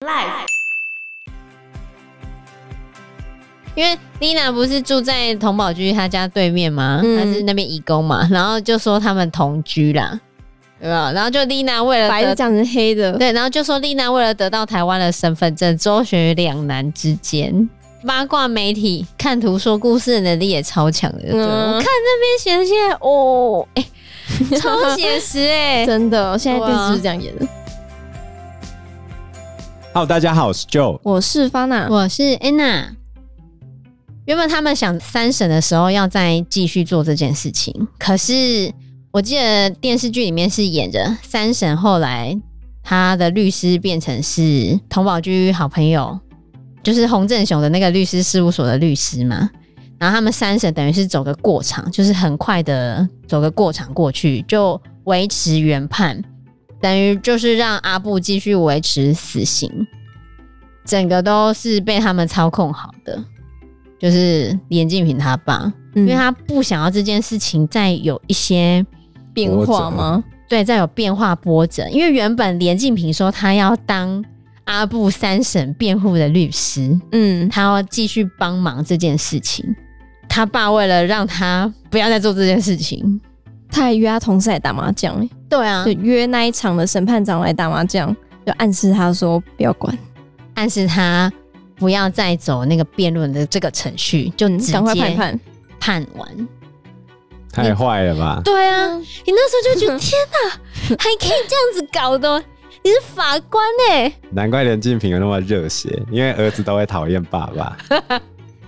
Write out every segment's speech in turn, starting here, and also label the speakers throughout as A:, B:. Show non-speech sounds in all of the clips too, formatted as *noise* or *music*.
A: Life
B: 因为丽娜不是住在童宝居她家对面吗？
C: 嗯
B: 她是那边义工嘛， *laughs* 然后就说他们同居啦，对吧？然后就丽娜为了
C: 白的
B: 得
C: 讲成黑的，
B: 对，然后就说丽娜为了得到台湾的身份证，周旋于两难之间。八卦媒体看图说故事的能力也超强的，对
C: 嗯
B: 我看那边写的现在哦，哎、超写实
C: *laughs*
B: 哎、
C: 真的，现在
B: 对啊
C: 电视是这样演的。
D: Hello，大家好，我是 Joe。
C: 我是方娜，
B: 我是 Anna。原本他们想三审的时候要再继续做这件事情，可是我记得电视剧里面是演着三审后来他的律师变成是童宝驹好朋友，就是洪振雄的那个律师事务所的律师嘛。然后他们三审等于是走个过场，就是很快的走个过场过去，就维持原判，等于就是让阿布继续维持死刑。整个都是被他们操控好的，就是连静平他爸，
C: 因
B: 因为他不想要这件事情再有一些
C: 变化吗？
B: 对再有变化波折，因为原本连静平说他要当阿布三省辩护的律师，
C: 嗯，
B: 他要继续帮忙这件事情。他爸为了让他不要再做这件事情，
C: 他还约他同事来打麻将、欸
B: 对啊
C: 就，约那一场的审判长来打麻将，就暗示他说不要管，
B: 暗示他不要再走那个辩论的这个程序，就
C: 嗯
B: 直
C: 赶快判
B: 接
C: 判。
B: 判完。
D: 太坏了吧！
B: 对啊，你那时候就觉得天 *laughs* 哪，还可以这样子搞的，你是法官哎、
D: 难怪连静平有那么热血，因为儿子都会讨厌爸
B: *laughs*
D: 爸，
C: 可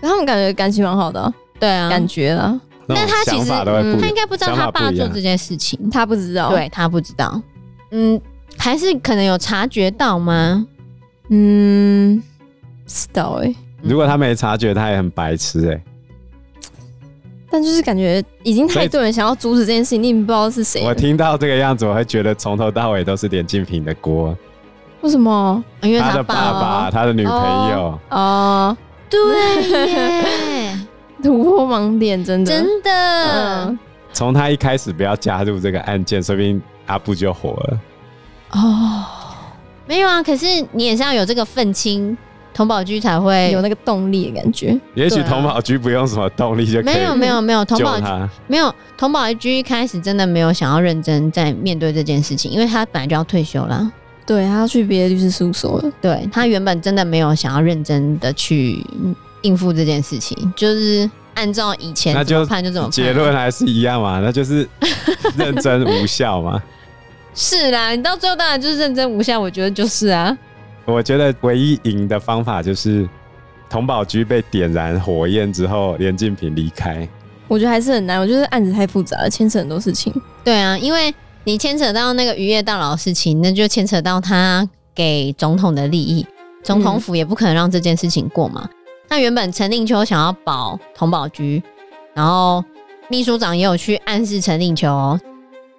C: 他们感觉感情蛮好的啊、
B: 对啊
C: 感觉啊，
D: 那
B: 但
D: 种
B: 他其
D: 想
B: 实嗯
D: 法都会不一样。
B: 他应该不知道他
D: 想法
B: 爸
D: 不一
B: 做
D: 样
B: 这件事情，
C: 他不知道。，
B: 对他不知道，嗯，还是可能有察觉到吗？
C: 嗯，不知道哎、
D: 如果他没察觉，他也很白痴哎、
C: 但就是感觉已经
D: 所
C: 太
D: 以
C: 多人想要阻止这件事情，你也不知道是谁
D: 我。听到这个样子，我会觉得从头到尾都是连静平的锅，
C: 为什么？
B: 因为
D: 他的爸
B: 爸
D: 爸、他的女朋友，
C: 哦、
B: 对耶，
C: 突破盲点，真
B: *laughs*
C: 的。
B: 真的
C: 嗯，
D: 从、他一开始不要加入这个案件，说不定阿布就火了。
C: 哦，
B: 没有啊。可是你也是要有这个愤青，童宝驹才会
C: 有那个动力的感觉。
D: 也许
B: 对啊
D: 童宝驹不用什么动力就可
B: 啊没有
D: 以
B: 没有没有，童
D: 救
B: 宝驹
D: 他，
B: 没有，童宝一居一开始真的没有想要认真在面对这件事情，因为他本来就要退休啦。
C: 对他要去别的律师事务所了。
B: 对他原本真的没有想要认真的去嗯应付这件事情，就是按照以前
D: 那
B: 怎么
D: 就
B: 判就怎么判。
D: 结论还是一样嘛，那就是认真无效嘛。
B: 是啦，你到最后当然就是认真无效，我觉得就是啊，
D: 我觉得唯一赢的方法就是童宝驹被点燃火焰之后，连静平离开。
C: 我觉得还是很难，我觉得案子太复杂了，牵扯很多事情。
B: 对啊，因为你牵扯到那个渔业大佬的事情，那就牵扯到他给总统的利益，总统府也不可能让这件事情过嘛。那原本陈令秋想要保童保局，然后秘书长也有去暗示陈令秋，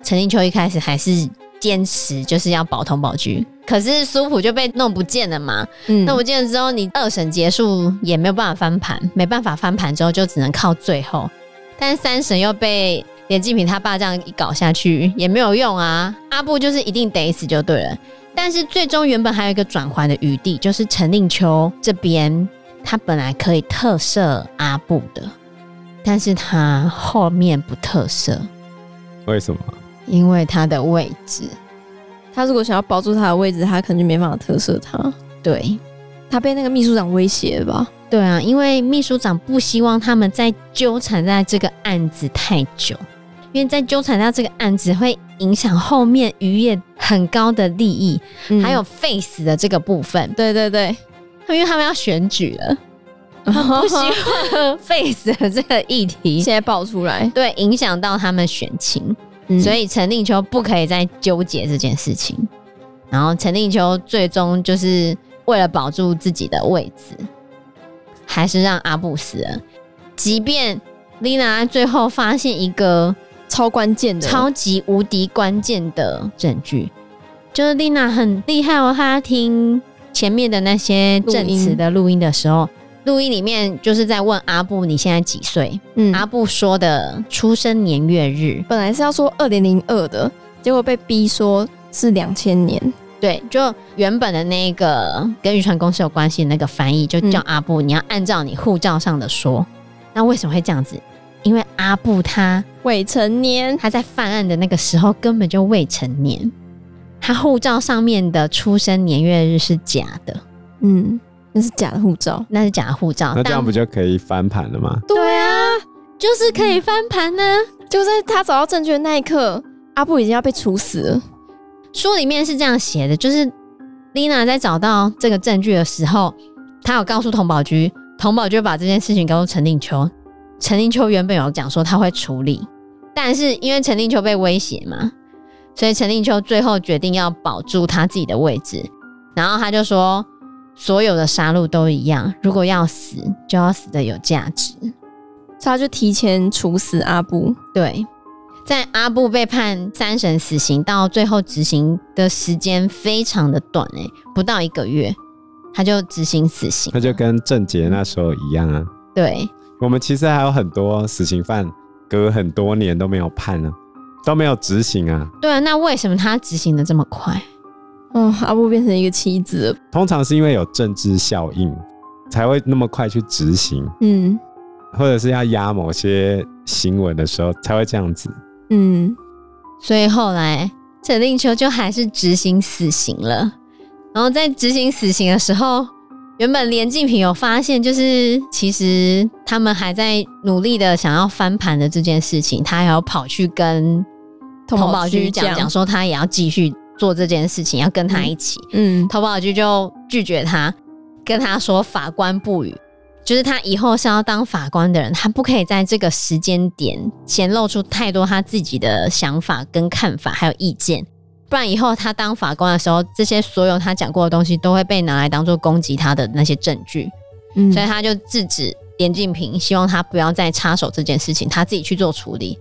B: 陈令秋一开始还是坚持就是要保童保局，可是苏普就被弄不见了嘛。
C: 嗯，
B: 那我见了之后，你二审结束也没有办法翻盘，没办法翻盘之后就只能靠最后。但三审又被连静平他爸这样一搞下去也没有用啊，阿布就是一定得死就对了。但是最终原本还有一个转圜的余地，就是陈令秋这边他本来可以特赦阿布的，但是他后面不特赦，
D: 为什么？
B: 因为他的位置
C: 他如果想要保住他的位置，他可能就没办法特赦他。
B: 对。
C: 他被那个秘书长威胁了吧？
B: 对啊，因为秘书长不希望他们再纠缠在这个案子太久，因为再纠缠到这个案子会影响后面渔业很高的利益，
C: 嗯
B: 还有 face 的这个部分，
C: 对对 *laughs* 对，
B: 因为他们要选举了，不希望 *laughs* face 的这个议
C: *laughs*
B: 题
C: 现在爆出来，
B: 对影响到他们选情，
C: 嗯
B: 所以陈令秋不可以再纠结这件事情。然后陈令秋最终就是为了保住自己的位置，还是让阿布死了。即便丽娜最后发现一个
C: 超关键的，
B: 超级无敌关键的证据，就是丽娜很厉害哦，她听前面的那些证词的录音的时候，录音里面就是在问阿布你现在几岁，
C: 嗯
B: 阿布说的出生年月日，
C: 本来是要说二零零二的，结果被逼说是两千年，
B: 对，就原本的那个跟渔船公司有关系的那个翻译，就叫
C: 嗯
B: 阿布，你要按照你护照上的说。那为什么会这样子？因为阿布他
C: 未成年，
B: 他在犯案的那个时候根本就未成年，他护照上面的出生年月日是假的，
C: 嗯，那是假的护照。
B: 那是假护照。
D: 那这样
B: 但
D: 不就可以翻盘了吗？
B: 对啊，就是可以翻盘呢、
C: 就在他找到证据的那一刻，阿布已经要被处死了。
B: 书里面是这样写的，就是丽娜在找到这个证据的时候，她有告诉童宝驹，童宝驹把这件事情告诉陈定秋。陈定秋原本有讲说他会处理，但是因为陈定秋被威胁嘛，所以陈定秋最后决定要保住他自己的位置。然后他就说，所有的杀戮都一样，如果要死，就要死的有价值。
C: 所以他就提前处死阿布。
B: 对，在阿布被判三审死刑到最后执行的时间非常的短诶、不到一个月他就执行死刑了。
D: 那就跟郑杰那时候一样啊。
B: 对
D: 我们其实还有很多死刑犯，隔很多年都没有判啊，都没有执行啊。
B: 对啊，那为什么他执行的这么快？
C: 哦，阿布变成一个棋子了。
D: 通常是因为有政治效应，才会那么快去执行，
C: 嗯
D: 或者是要压某些新闻的时候才会这样子。
C: 嗯，
B: 所以后来陈令秋就还是执行死刑了。然后在执行死刑的时候，原本连晋平有发现，就是其实他们还在努力的想要翻盘的这件事情，他还要跑去跟
C: 童
B: 童
C: 宝
B: 宝
C: 驹
B: 驹讲
C: 讲
B: 讲说他也要继续做这件事情，要跟他一起。
C: 嗯，
B: 童宝驹就拒绝他，跟他说法官不语，就是他以后是要当法官的人，他不可以在这个时间点显露出太多他自己的想法跟看法还有意见，不然以后他当法官的时候，这些所有他讲过的东西都会被拿来当做攻击他的那些证据，
C: 嗯
B: 所以他就制止连晋平，希望他不要再插手这件事情，他自己去做处理。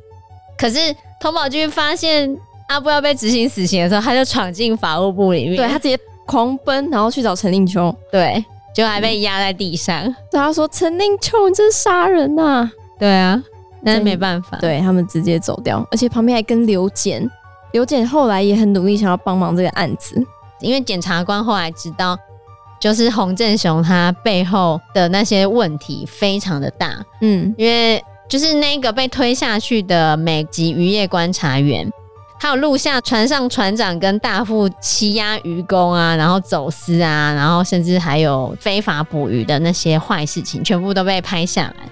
B: 可是童宝驹发现阿布要被执行死刑的时候，他就闯进法务部里面，
C: 对他直接狂奔，然后去找陈令秋。
B: 对，就还被压在地上。
C: 对他说：“陈令秋，你真是杀人呐、
B: 对啊，但是
C: 真
B: 没办法。
C: 对他们直接走掉，而且旁边还跟刘简，刘简后来也很努力想要帮忙这个案子。
B: 因为检察官后来知道，就是洪振雄他背后的那些问题非常的大，
C: 嗯
B: 因为就是那个被推下去的美籍渔业观察员。还有录下船上船长跟大副欺压渔工啊，然后走私啊，然后甚至还有非法捕鱼的那些坏事情，全部都被拍下来。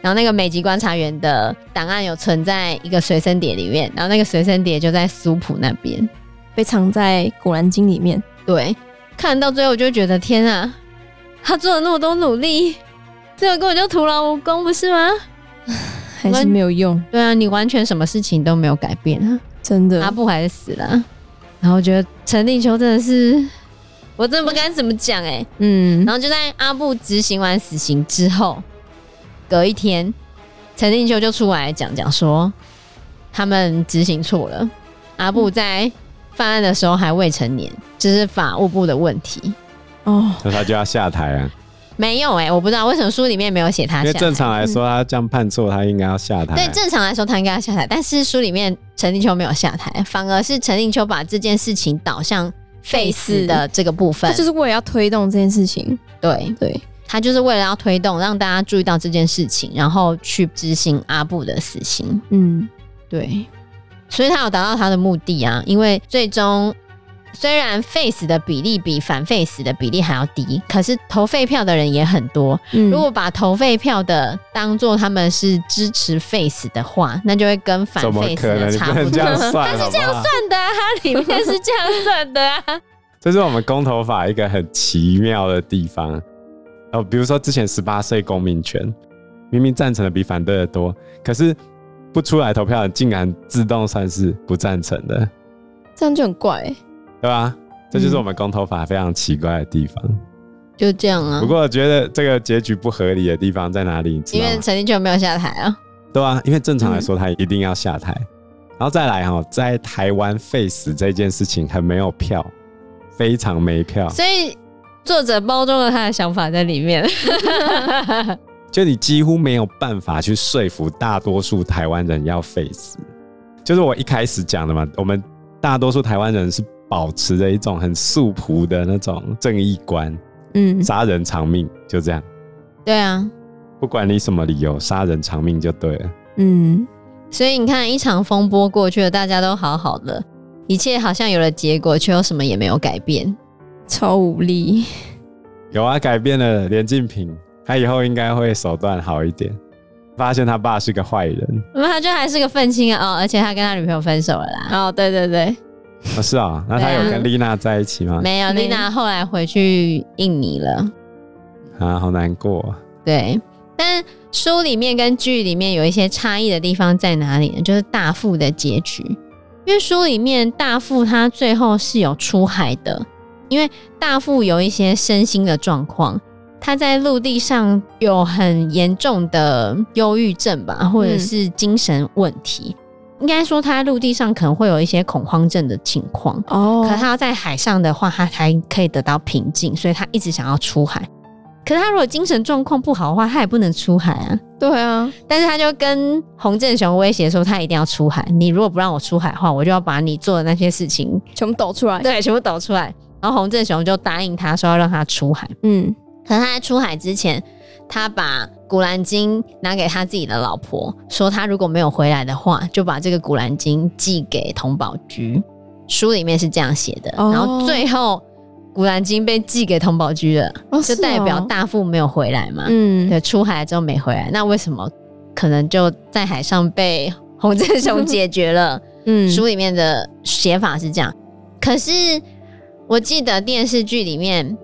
B: 然后那个美籍观察员的档案有存在一个随身碟里面，然后那个随身碟就在苏普那边。
C: 被藏在《古兰经》里面。
B: 对，看到最后我就觉得天啊，他做了那么多努力， *laughs* 最后根本就徒劳无功，不是吗？
C: 还是没有用，
B: 对啊，你完全什么事情都没有改变啊，
C: 真的。
B: 阿布还是死了啊。然后我觉得陈立秋真的是，我真的不该怎么讲哎、
C: 嗯
B: 然后就在阿布执行完死刑之后，隔一天，陈定秋就出来讲讲说，他们执行错了，阿布在犯案的时候还未成年，这是法务部的问题。
C: 哦，
D: 那他就要下台啊，
B: 没有哎、我不知道为什么书里面没有写他
D: 因
B: 下
D: 为
B: 台。
D: 正常来说，他这样判错，他应该要下台啊。
B: 对正常来说他应该要下台，但是书里面陈定秋没有下台，反而是陈定秋把这件事情导向废死的这个部分
C: 他。就是为了要推动这件事情。
B: 对
C: 对，
B: 他就是为了要推动让大家注意到这件事情，然后去执行阿布的死刑。
C: 嗯
B: 对，所以他有达到他的目的啊，因为最终。虽然 face 的比例比反 face 的比例还要低，可是投废票的人也很多，
C: 嗯
B: 如果把投废票的当做他们是支持 face 的话，那就会跟反
D: 怎么
B: face
D: 可能？
B: 的
D: 你
B: 差
D: 不
B: 不
D: 能
B: 多。
D: 这样
B: *laughs*
D: 算，
B: 但是这样
D: 好不好
B: 算的啊，它里面是这样算的啊。
D: 这是我们公投法一个很奇妙的地方。哦，比如说之前十八岁公民权，明明赞成的比反对的多，可是不出来投票的竟然自动算是不赞成的，
C: 这样就很怪、欸。
D: 对吧？这就是我们公投法非常奇怪的地方。
B: 就这样啊
D: 不，过我觉得这个结局不合理的地方在哪里？你知
B: 因
D: 道
B: 为嗯
D: 吗？
B: 陈立秋没有下台啊。
D: 对啊，因为正常来说他一定要下台，然后再来哈、哦，在台湾 face 这件事情很没有票，非常没票。
B: 所以作者包装了他的想法在里面。
D: *laughs* 就你几乎没有办法去说服大多数台湾人要 face。就是我一开始讲的嘛，我们大多数台湾人是保持着一种很素朴的那种正义观，
C: 嗯，
D: 杀人偿命就这样，
B: 对啊，
D: 不管你什么理由，杀人偿命就对了。
C: 嗯，
B: 所以你看，一场风波过去了，大家都好好的，一切好像有了结果，却又什么也没有改变。
C: 超无力。
D: 有啊，改变了连晋平，他以后应该会手段好一点。发现他爸是个坏人，
B: 那他就还是个愤青啊！哦，而且他跟他女朋友分手了啦。
C: 哦，对对对，
D: 哦、是啊、那他有
B: 对啊
D: 跟丽娜在一起吗？
B: 没有，
C: 没
B: 丽娜后来回去印尼了。
D: 啊，好难过、啊。
B: 对，但书里面跟剧里面有一些差异的地方在哪里呢？就是大副的结局，因为书里面大副他最后是有出海的，因为大副有一些身心的状况，他在陆地上有很严重的忧郁症吧，或者是精神问题。应该说，他在陆地上可能会有一些恐慌症的情况，
C: 哦
B: 可他要在海上的话，他才可以得到平静，所以他一直想要出海。可是他如果精神状况不好的话，他也不能出海啊。
C: 对啊，
B: 但是他就跟洪振雄威胁说，他一定要出海。你如果不让我出海的话，我就要把你做的那些事情，
C: 全部抖出来。
B: 对，全部抖出来。然后洪振雄就答应他说要让他出海。
C: 嗯，
B: 可是他在出海之前，他把《古兰经》拿给他自己的老婆，说他如果没有回来的话，就把这个《古兰经》寄给童宝驹。书里面是这样写的，
C: 哦
B: 然后最后《古兰经》被寄给童宝驹了，
C: 哦
B: 就是代表
C: 哦
B: 大副没有回来嘛。
C: 嗯，
B: 对，出海之后没回来，那为什么可能就在海上被 *laughs* 洪振雄解决了？
C: 嗯，
B: 书里面的写法是这样，可是我记得电视剧里面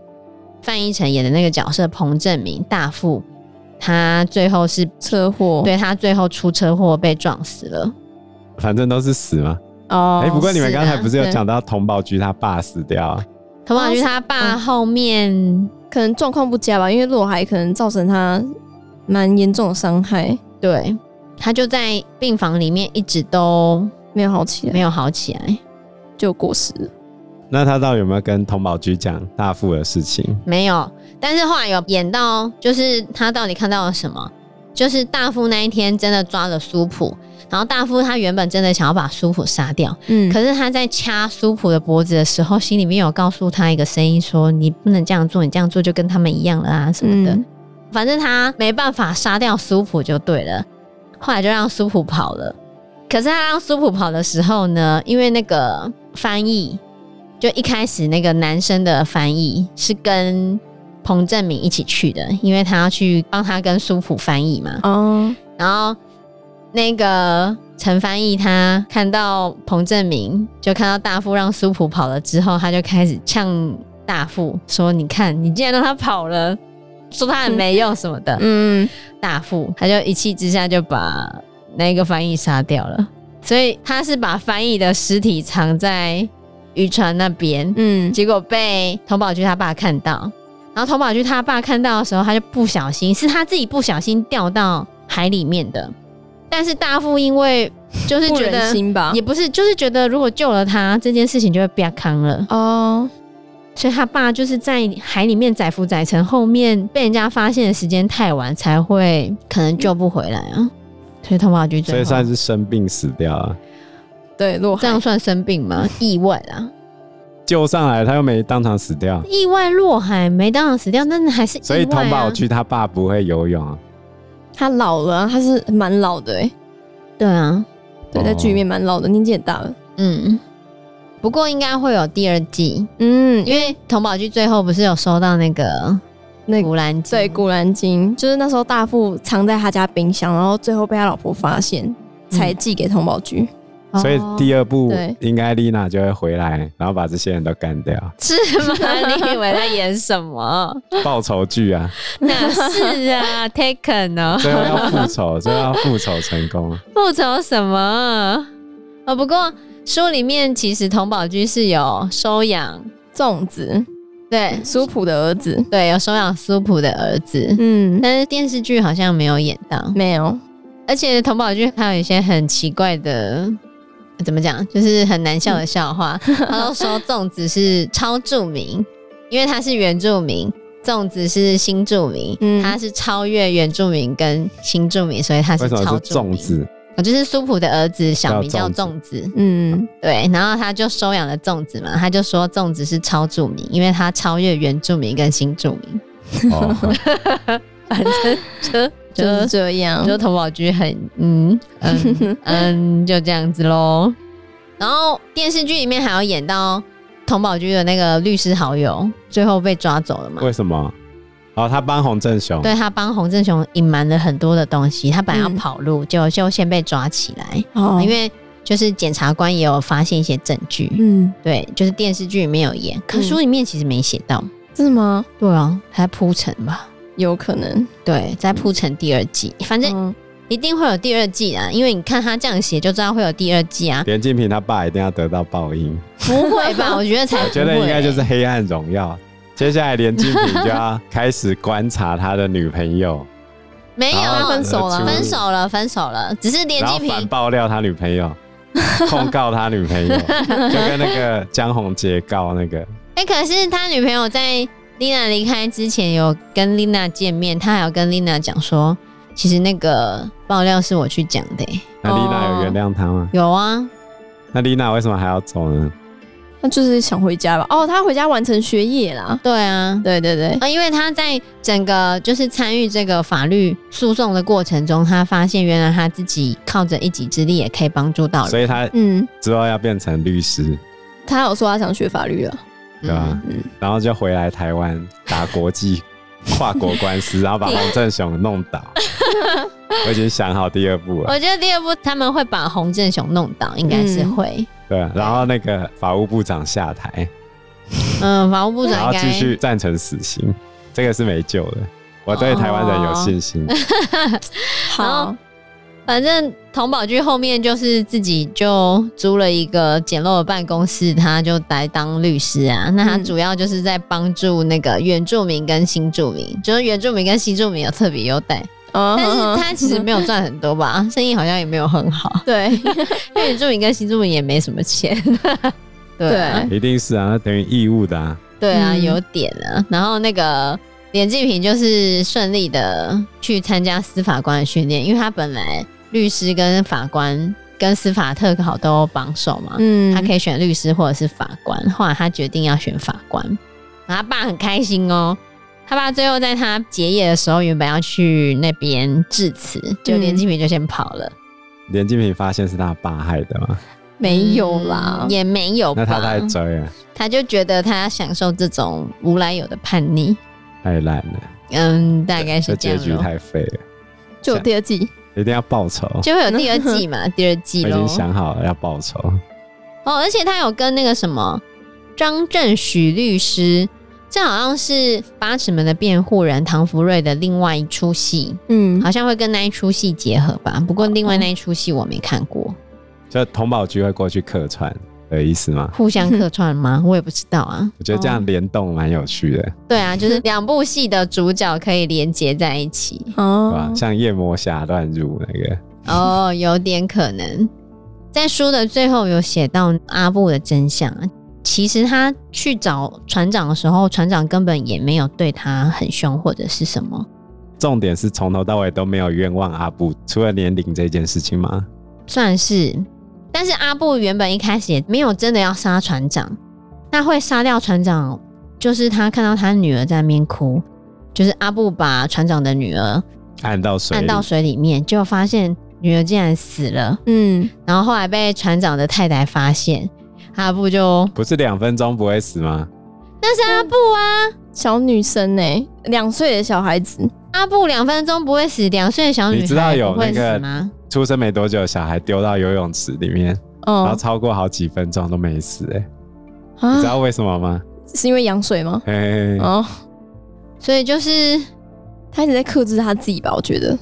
B: 范逸臣演的那个角色彭正明大副，他最后是
C: 车祸。
B: 对他最后出车祸被撞死了。
D: 反正都是死嘛。
C: 哦
D: 哎、，不过你们
B: 是啊
D: 刚才不是有
C: 对
D: 讲到童宝驹他爸死掉啊？
B: 童宝驹他爸
C: 嗯
B: 后面、
C: 可能状况不佳吧，因为落海可能造成他蛮严重的伤害，
B: 对他就在病房里面一直都
C: 没有好起来，
B: 没有好起来，
C: 就过世了。
D: 那他到底有没有跟童宝驹讲大副的事情？
B: 没有。但是后来有演到，就是他到底看到了什么？就是大副那一天真的抓了苏普，然后大副他原本真的想要把苏普杀掉。
C: 嗯，
B: 可是他在掐苏普的脖子的时候，心里面有告诉他一个声音说：“你不能这样做，你这样做就跟他们一样了啊什么的。
C: 嗯
B: 反正他没办法杀掉苏普就对了。后来就让苏普跑了。可是他让苏普跑的时候呢，因为那个翻译，就一开始那个男生的翻译是跟彭正明一起去的，因为他要去帮他跟苏普翻译嘛。
C: 哦，
B: 然后那个陈翻译他看到彭正明，就看到大副让苏普跑了之后，他就开始呛大副说：“你看，你竟然让他跑了，说他很没用什么的。
C: 嗯，
B: 大副他就一气之下就把那个翻译杀掉了，所以他是把翻译的尸体藏在渔船那边，
C: 嗯，
B: 结果被童宝驹他爸看到，然后童宝驹他爸看到的时候，他就不小心，是他自己不小心掉到海里面的。但是大副因为就是
C: 不
B: 觉
C: 忍
B: 得
C: 心吧
B: 也？不是，就是觉得如果救了他，这件事情就会变康了，
C: 哦，
B: 所以他爸就是在海里面载浮载沉，后面被人家发现的时间太晚，才会可能救不回来啊。所以童宝驹
D: 所
B: 最
D: 以
B: 后
D: 算是生病死掉啊。
C: 对，落
B: 这
C: 海
B: 样算生病吗？意外啦，
D: 救上来他又没当场死掉，
B: 意外落海没当场死掉，但是还是意外、啊、
D: 所以童宝驹他爸不会游泳啊。
C: 他老了啊，他是蛮老的哎，
B: 对啊，
C: 对，
D: 哦
C: 在剧里面蛮老的，年纪也大了。
B: 嗯，不过应该会有第二季，
C: 嗯，
B: 因为童宝驹最后不是有收到那个
C: 那
B: 古兰经， *laughs*
C: 对，《古兰经》就是那时候大副藏在他家冰箱，然后最后被他老婆发现，
B: 嗯
C: 才寄给童宝驹。
B: 哦
D: 所以第二部
C: 对
D: 应该丽娜就会回来，然后把这些人都
C: *laughs*
D: 干掉，
B: 是吗？你以为在演什么？
D: 报仇剧啊，
B: *laughs* 那是啊，Taken 哦，
D: 最后要复
C: *laughs*
D: 仇，最后要复仇成功。
B: 复仇什么？哦，不过书里面其实童宝驹是有收养，
C: 粽子，
B: 对
C: 苏普的儿子。
B: 对，有收养苏普的儿子。
C: 嗯，
B: 但是电视剧好像没有演到，
C: 没有。
B: 而且童宝驹还有一些很奇怪的，怎么讲，就是很难笑的笑
C: *laughs*
B: 话。他都说粽子是超著名，因为他是原住民，粽子是新著名，
C: 嗯
B: 他是超越原住民跟新著名，所以他
D: 为
B: 是
D: 什么
B: 超
D: 是
B: 著名
D: 粽？子？
B: 啊就是苏普的儿子小名
D: 叫
B: 叫
D: 粽
B: 粽子，
C: 嗯，
B: 对，然后他就收养了粽子嘛，他就说粽子是超著名，因为他超越原住民跟新住民，
D: 哦，
B: 反正就
C: 就是
B: 就
C: 这样。
B: 就投保局很嗯嗯嗯， *laughs* 就这样子喽。然后电视剧里面还有演到童宝驹的那个律师好友最后被抓走了嘛？
D: 为什么？哦，他帮洪正雄，。
B: 对他帮洪正雄隐瞒了很多的东西，他本来要
C: 嗯
B: 跑路，结果就先被抓起来，
C: 哦
B: 因为就是检察官也有发现一些证据，
C: 嗯，
B: 对，就是电视剧里面有演，可
C: 嗯
B: 书里面其实没写到。
C: 是吗？
B: 对啊，还在铺陈吧？
C: 有可能，
B: 对，在铺陈第二季，反正
C: 嗯，
B: 一定会有第二季啊，因为你看他这样写就知道会有第二季啊
D: 连晋平他爸一定要得到报应，
B: 不会
D: *laughs*
B: 吧？我觉得才
D: 我
B: 不会、
D: 觉得应该就是《黑暗荣耀》。接下来，连晋平就要开始观察他的女朋友，
B: 没有啊
D: 然后
B: 分
C: 分手了
D: 出
B: 分手了，分手了，只是连
D: 然后
B: 金
D: 反
B: 平
D: 爆料他女朋友，
B: *laughs*
D: 控告他女朋友，就跟那个江宏杰告那个，
B: 哎、可是他女朋友在丽娜离开之前有跟丽娜见面，他还有跟丽娜讲说，其实那个爆料是我去讲的欸、
D: 那丽娜有原谅他吗？
B: 有啊，
D: 那丽娜为什么还要走呢？
C: 那就是想回家吧。哦，他回家完成学业啦。
B: 对啊，
C: 对对对，
B: 啊，因为他在整个就是参与这个法律诉讼的过程中，他发现原来他自己靠着一己之力也可以帮助到
D: 所
B: 人，
D: 以他
C: 嗯，
D: 之后要变成律师，
C: 他有说他想学法律了。
B: 嗯
D: 对啊吧、然后就回来台湾打国际跨国
B: *laughs*
D: 官司，然后把洪正雄弄倒。我已经想好第二步了，
B: 我觉得第二部他们会把洪振雄弄倒，应该
D: 嗯
B: 是会。
D: 对。然后那个法务部长下台，
B: 嗯，法务部
D: *laughs* 然
B: 长
D: 后
B: 应
D: 继
B: 该
D: 续赞成死刑，这个是没救的。我对台湾人有信心，
B: 哦然
C: 好
B: 后，反正童宝驹后面就是自己就租了一个简陋的办公室，他就来当律师啊。那他
C: 嗯
B: 主要就是在帮助那个原住民跟新住民，就是原住民跟新住民有特别优待，
C: 但，
B: 但是他其实没有赚很多吧，生意好像也没有很好
C: 对，
B: *laughs* 因为原住民跟新住民也没什么钱。对啊
D: 一定是啊，那等于义务的啊。
B: 对啊，
C: 嗯
B: 有点啊。然后那个连继平就是顺利的去参加司法官的训练，因为他本来律师跟法官跟司法特考都有榜首嘛，
C: 嗯
B: 他可以选律师或者是法官，后来他决定要选法官，然后他爸很开心哦。他爸最后在他结业的时候，原本要去那边致辞，就连继平就先跑了，
D: 连金平发现是他爸害的嘛，
C: 没有啦
B: 嗯。也没有吧。
D: 那他太追了，
B: 他就觉得他享受这种无来由的叛逆，
D: 太烂了，
B: 嗯，大概
D: 这
B: 是这
D: 结
B: 样
D: 局
B: 咯
D: 太废了，
C: 就有第二季，
D: 一定要报仇。
B: 就会有第二季
D: *laughs*
B: 嘛，第二季
D: 我已
B: 喽
D: 经。想好了要报仇，
B: 哦，而且他有跟那个什么张正许律师，这好像是《八尺门的辩护人》唐福瑞的另外一出戏，
C: 嗯，
B: 好像会跟那一出戏结合吧。不过另外那一出戏我没看过，
D: 就童宝驹会过去客串的意思吗？
B: 互相客串
D: *laughs*
B: 吗？我也不知道啊。
D: 我觉得这样联动蛮有趣的，
B: 对啊，就是两部戏的主角可以连接在一起。
D: 对吧
C: 哦？，
D: 像夜魔侠乱入那个，
B: 哦，有点可能。在书的最后有写到阿布的真相啊，其实他去找船长的时候，船长根本也没有对他很凶或者是什么。
D: 重点是从头到尾都没有冤枉阿布，除了年龄这件事情吗？
B: 算是。但是阿布原本一开始也没有真的要杀船长，那会杀掉船长，就是他看到他女儿在那边哭，就是阿布把船长的女儿
D: 按到水里，
B: 按到水里面，就发现女儿竟然死了，
C: 嗯，
B: 然后后来被船长的太太发现，阿布就
D: 不是两分钟不会死吗？
B: 那是阿布啊，
C: 小女生呢，两岁的小孩子，
B: 阿布两分钟不会死，两岁的小女
D: 你知道
B: 孩
D: 有
B: 不会
D: 那个
B: 死吗？
D: 出生没多久，小孩丢到游泳池里面，然后
C: 哦
D: 超过好几分钟都没死、欸，你知
C: 啊，
D: 道嗯为什么吗？
C: 是因为羊水吗？
D: 嘿嘿嘿
C: 哦，
B: 所以就是
C: 他一直在克制他自己吧，我觉得。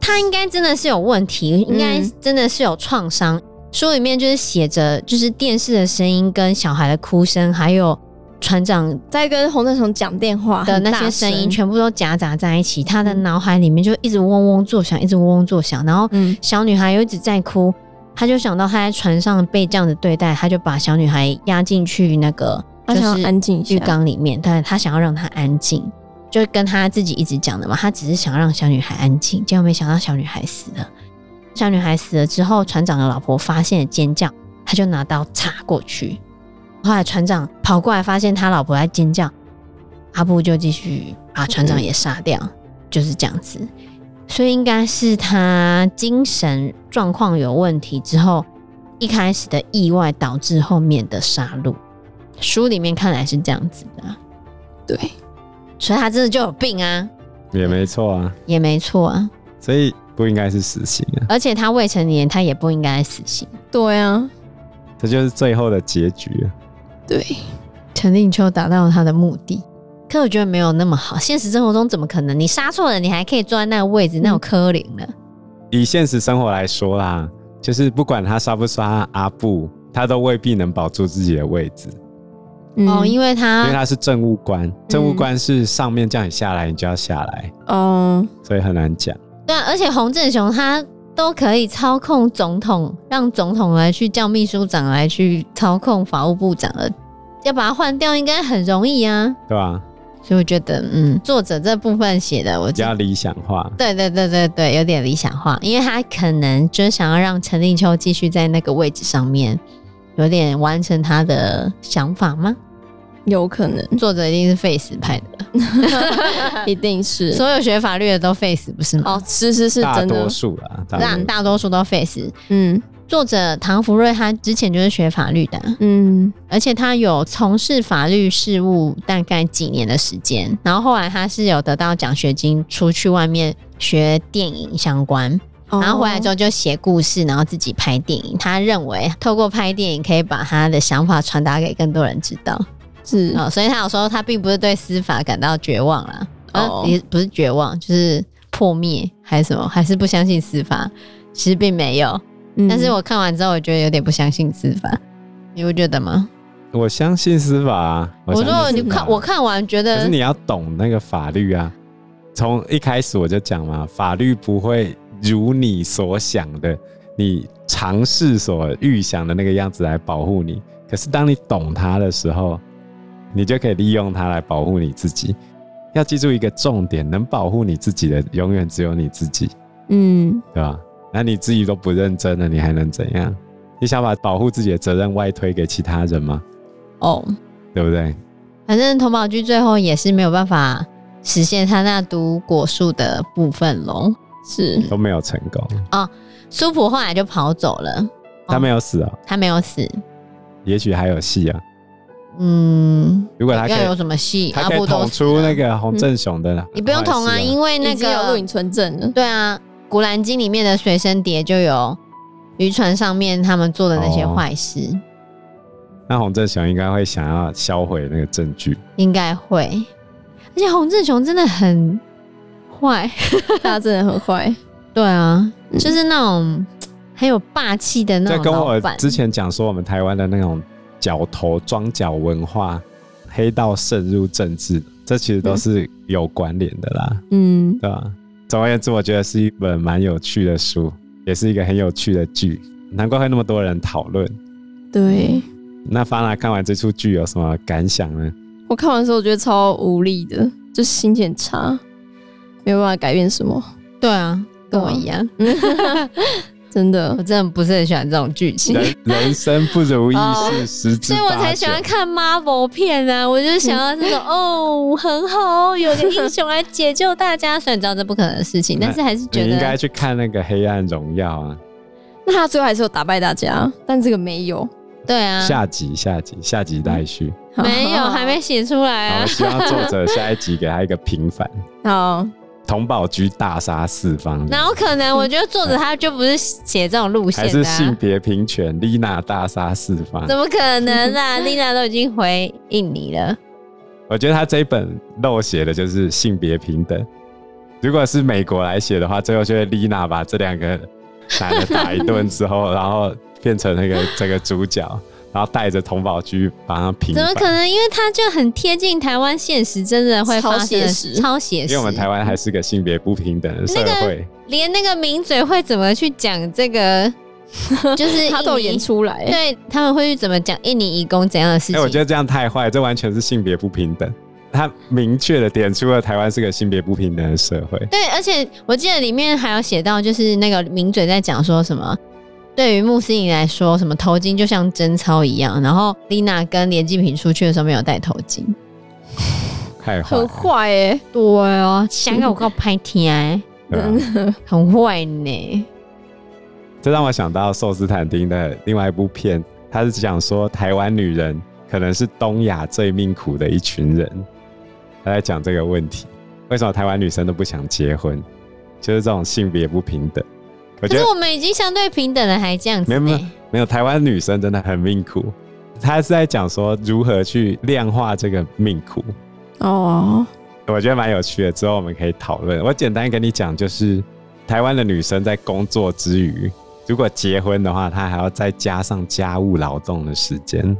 B: 他应该真的是有问题，
D: 嗯
B: 应该真的是有创伤。书里面就是写着，就是电视的声音跟小孩的哭声，还有船长
C: 在跟洪振雄讲电话
B: 的那些声音，全部都夹杂在一
D: 嗯
B: 起，他的脑海里面就一直嗡嗡作响，一直嗡嗡作响，然后
C: 嗯，
B: 小女孩又一直在哭，她就想到她在船上被这样子对待，她就把小女孩压进去那个
C: 他
B: 就
C: 想
B: 是
C: 要安静一
B: 浴
C: 下，
B: 缸里面，但她想要让她安静，就跟她自己一直讲的嘛，她只是想要让小女孩安静，结果没想到小女孩死了。小女孩死了之后，船长的老婆发现了尖叫，她就拿刀插过去。后来船长跑过来，发现他老婆在尖叫，阿布就继续把船长也杀掉，就是这样子。所以应该是他精神状况有问题之后，一开始的意外导致后面的杀戮。书里面看来是这样子的啊，
C: 对，
B: 所以他真的就有病啊，
D: 也没错啊，
B: 也没错啊。
D: 所以不应该是死刑啊，
B: 而且他未成年，他也不应该死刑。
C: 对啊，
D: 这就是最后的结局啊了。
C: 对，
B: 陈立秋达到了他的目的，可我觉得没有那么好。现实生活中怎么可能？你杀错人，你还可以坐在那个位置，那有柯林了。
D: 以现实生活来说啦，就是不管他杀不杀阿布，他都未必能保住自己的位置，
C: 嗯
B: 哦，因为
D: 因为
B: 他
D: 他是政务官，
B: 嗯
D: 政务官是上面叫你下来，你就要下来，
C: 哦，
D: 所以很难讲。
B: 对啊，而且洪振雄他都可以操控总统，让总统来去叫秘书长来去操控法务部长了，要把他换掉应该很容易啊。
D: 对吧、
B: 所以我觉得，嗯，作者这部分写的，我
D: 比
B: 觉得
D: 较理想化，
B: 对对对对对，有点理想化，因为他可能就是想要让陈立秋继续在那个位置上面，有点完成他的想法吗？
C: 有可能，
B: 作者一定是 face 派的，
C: 一定是
B: 所有学法律的都 face 不是吗？
C: 哦，是是是
D: 大
C: 真的
D: 多，数啦，大
B: 大
D: 多数
B: 大多数都 face。
C: 嗯
B: 作者唐福瑞他之前就是学法律的啊，
C: 嗯，
B: 而且他有从事法律事务大概几年的时间，然后后来他是有得到奖学金出去外面学电影相关，
C: 哦
B: 然后回来之
C: 后
B: 后就写故事，然后自己拍电影。他认为透过拍电影可以把他的想法传达给更多人知道。
C: 是
B: 哦，所以他有时候他并不是对司法感到绝望啦，
C: 哦
B: 哦，也不是绝望，就是破灭还是什么，还是不相信司法。其实并没有，
C: 嗯
B: 但是我看完之后，我觉得有点不相信司法，你会觉得吗？
D: 我相信司法、啊。
B: 我
D: 相
B: 说
D: 信
B: 你
D: 司法
B: 看我，看完觉
D: 可
B: 得
D: 是你要懂那个法律啊。从一开始我就讲嘛，法律不会如你所想的，你尝试所预想的那个样子来保护你。可是当你懂它的时候，你就可以利用它来保护你自己。要记住一个重点，能保护你自己的永远只有你自己。
C: 嗯
D: 对吧？那你自己都不认真了，你还能怎样？你想把保护自己的责任外推给其他人吗？
B: 哦，
D: 对不对？
B: 反正童宝驹最后也是没有办法实现他那读果树的部分喽。
C: 是
D: 都没有成功，
B: 苏普后来就跑走了，
D: 他没有死啊、
B: 他没有死。
D: 也许还有戏啊。
B: 嗯，
D: 如果他可
B: 要有
D: 以，
B: 什么戏？
D: 他
B: 阿
D: 可以
B: 布都
D: 捅
B: 死了嗯
D: 出那个洪振雄的坏事啊，
B: 你不用捅啊，因为那
C: 已经有录
B: 个
C: 影存证了，
B: 对啊，《古兰经》里面的随身碟就有渔船上面他们做的那些坏事，
D: 那洪振雄应该会想要销毁那个证据。
B: 应该会。而且洪志雄真的很坏，
C: 他真的很坏，
B: 对啊，就是那种很有霸气的那
D: 这
B: 种
D: 嗯跟
B: 老
D: 我
B: 板。
D: 之前讲说，我们台湾的那种角头装脚文化，黑道渗入政治，这其实都
B: 嗯
D: 是有关联的啦。
C: 嗯
D: 对吧？总而言之，我觉得是一本蛮有趣的书，也是一个很有趣的剧，难怪会那么多人讨论。
C: 对。
D: 那方来看完这出剧有什么感想呢？
C: 我看完的时候，我觉得超无力的，就心情很差，没有办法改变什么，
B: 对啊，跟我
C: 对啊
B: 一样，
D: 嗯
C: 真的
B: 我。真的不是很喜欢这种剧情。
D: 人人生不如意
B: 哦
D: 事十之
B: 所以我
D: 八
B: 才喜
D: 九。
B: 欢看 Marvel 片啊！我就想要
D: *laughs*
B: 这种哦，很好，有个英雄来解救大家。 *laughs* 虽然知道这不可能的事情，
D: 那
B: 但是还是
D: 你
B: 觉
D: 应该
B: 得
D: 去看那个《黑暗荣耀》啊，
C: 那他最后还是有打败大家，但这个没有，
B: 对啊，
D: 下集、下集、下集待续。
B: 没
C: *laughs*
B: 有还没写出来
D: 好，
B: *laughs* 啊
D: 我。希望作者下一集给他一个平反，
C: 好，
D: 童宝驹大杀四方，
B: 哪有可能？我觉得作者他就不是写这种路线
D: 还是
B: 的、
D: 性
B: 啊，
D: 别平权，丽娜大杀四方。
B: 怎么可能啊？ *laughs* 丽娜都已经回应你了，
D: 嗯我觉得他这一本漏写的就是性别平等。如果是美国来写的话，最后就会丽娜把这两个男的打一顿之后，然后变成那个这个主角，然后带着童宝驹把他平
B: 怎
D: 反。
B: 么可能？因为他就很贴近台湾现实，真的会发生的事超写
D: 因
B: 实。
D: 为我们台湾还是个性别不平等的社会，
B: 连那个名嘴会怎么去讲这个， *laughs* 就是
C: 他都有
B: 印尼
C: 演出来，
B: 对他们会去怎么讲印尼移工怎样的事
D: 哎、
B: 情？
D: 我觉得这样太坏，这完全是性别不平等。他明确的点出了台湾是个性别不平等的社会。
B: 对，而且我记得里面还有写到，就是那个名嘴在讲说什么，对于穆斯林来说，什么头巾就像贞操一样。然后丽娜跟连继平出去的时候没有戴头巾，
D: 太坏了
C: 很坏哎、
B: 对啊，香港我告拍天、啊
D: 对啊吧
B: 很坏呢。
D: 这让我想到寿斯坦丁的另外一部片，他是讲说台湾女人可能是东亚最命苦的一群人，他在讲这个问题，为什么台湾女生都不想结婚，就是这种性别不平等。我
B: 可
D: 觉得
B: 是我们已经相对平等了，还这样子、
D: 没有没有
B: 呢？
D: 没有，台湾女生真的很命苦。他是在讲说如何去量化这个命苦，
C: 哦，
D: 我觉得蛮有趣的。之后我们可以讨论。我简单跟你讲，就是台湾的女生在工作之余，如果结婚的话，她还要再加上家务劳动的时间，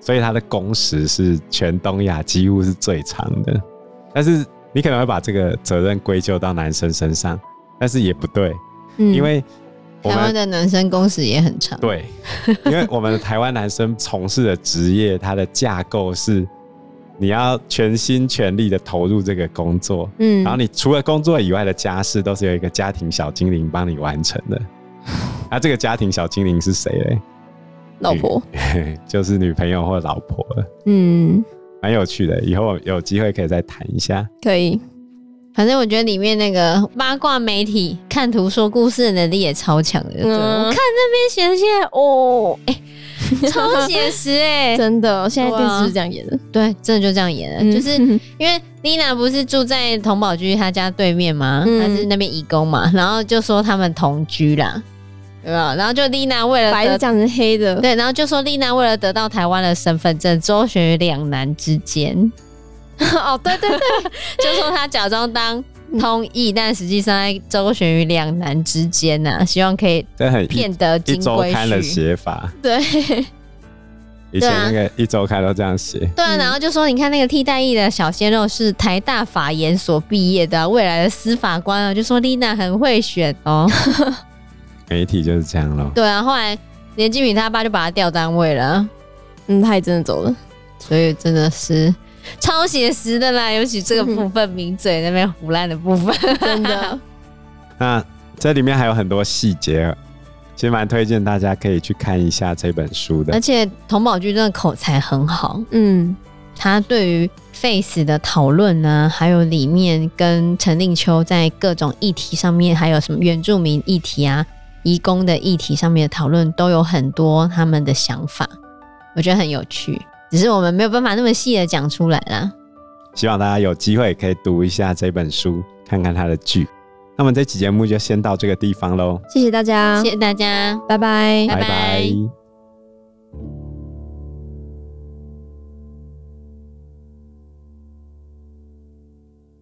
D: 所以她的工时是全东亚几乎是最长的。但是你可能会把这个责任归咎到男生身上，但是也不对，
C: 嗯
D: 因为我
B: 台
D: 们
B: 湾的男生工时也很长，
D: 对，因为我们的台湾男生从事的职业，它的架构是你要全心全力的投入这个工作，
C: 嗯
D: 然后你除了工作以外的家事，都是有一个家庭小精灵帮你完成
B: *laughs*
D: 的。那、这个家庭小精灵是谁嘞？
C: 老婆，
D: *laughs* 就是女朋友或老婆了，
C: 嗯，
D: 蛮有趣的。以后有机会可以再谈一下。
C: 可以，
B: 反正我觉得里面那个八卦媒体看图说故事的能力也超强的。对
C: 嗯
B: 我看那边写的现在哦，哎、超写实 *laughs* 哎、
C: *laughs* 真的，现在
B: 对啊
C: 电视是这样演的，
B: 对，真的就这样演了。
C: 嗯
B: 就是因为丽娜不是住在童宝居她家对面吗？
C: 嗯
B: 她是那边义工嘛，然后就说他们同居啦，对吧？然后就丽娜为了
C: 白的
B: 得
C: 讲成黑的，
B: 呃对，然后就说丽娜为了得到台湾的身份证，周旋于两难之间。
C: *laughs* 哦，对对对，
B: *laughs* 就说他假装当通译，但实际上在周旋于两难之间呐、希望可以
D: 这很一
B: 骗得
D: 一
B: 金
D: 周
B: 龟
D: 刊的
B: 婿。
D: 写
B: *laughs*
D: 法，
C: 对，
D: 以前
B: 对啊
D: 那个一周刊都这样写。
B: 对啊，
C: 嗯
B: 然后就说你看那个替代役的小鲜肉是台大法研所毕业的啊、未来的司法官啊，就说丽娜很会选哦。
D: 媒体就是这样咯。
B: 对啊，后来连金敏他爸就把他调单位了，
C: 嗯，他也真的走了，
B: 所以真的是超写实的啦，尤其这个部分抿嘴那边胡乱的部分。*laughs*
C: 真的，
D: 那这里面还有很多细节，其实蛮推荐大家可以去看一下这本书
B: 而
D: 的。
B: 且童宝驹真的口才很好，
C: 嗯，
B: 他对于 Face 的讨论呢，还有里面跟陈令秋在各种议题上面，还有什么原住民议题啊、移工的议题上面的讨论，都有很多他们的想法，我觉得很有趣。只是我们没有办法那么细的讲出来啦。
D: 希望大家有机会可以读一下这本书，看看它的剧。那么这期节目就先到这个地方喽，
C: 啊谢谢大家，
B: 谢谢大家。
C: 拜拜
B: 拜拜
D: 拜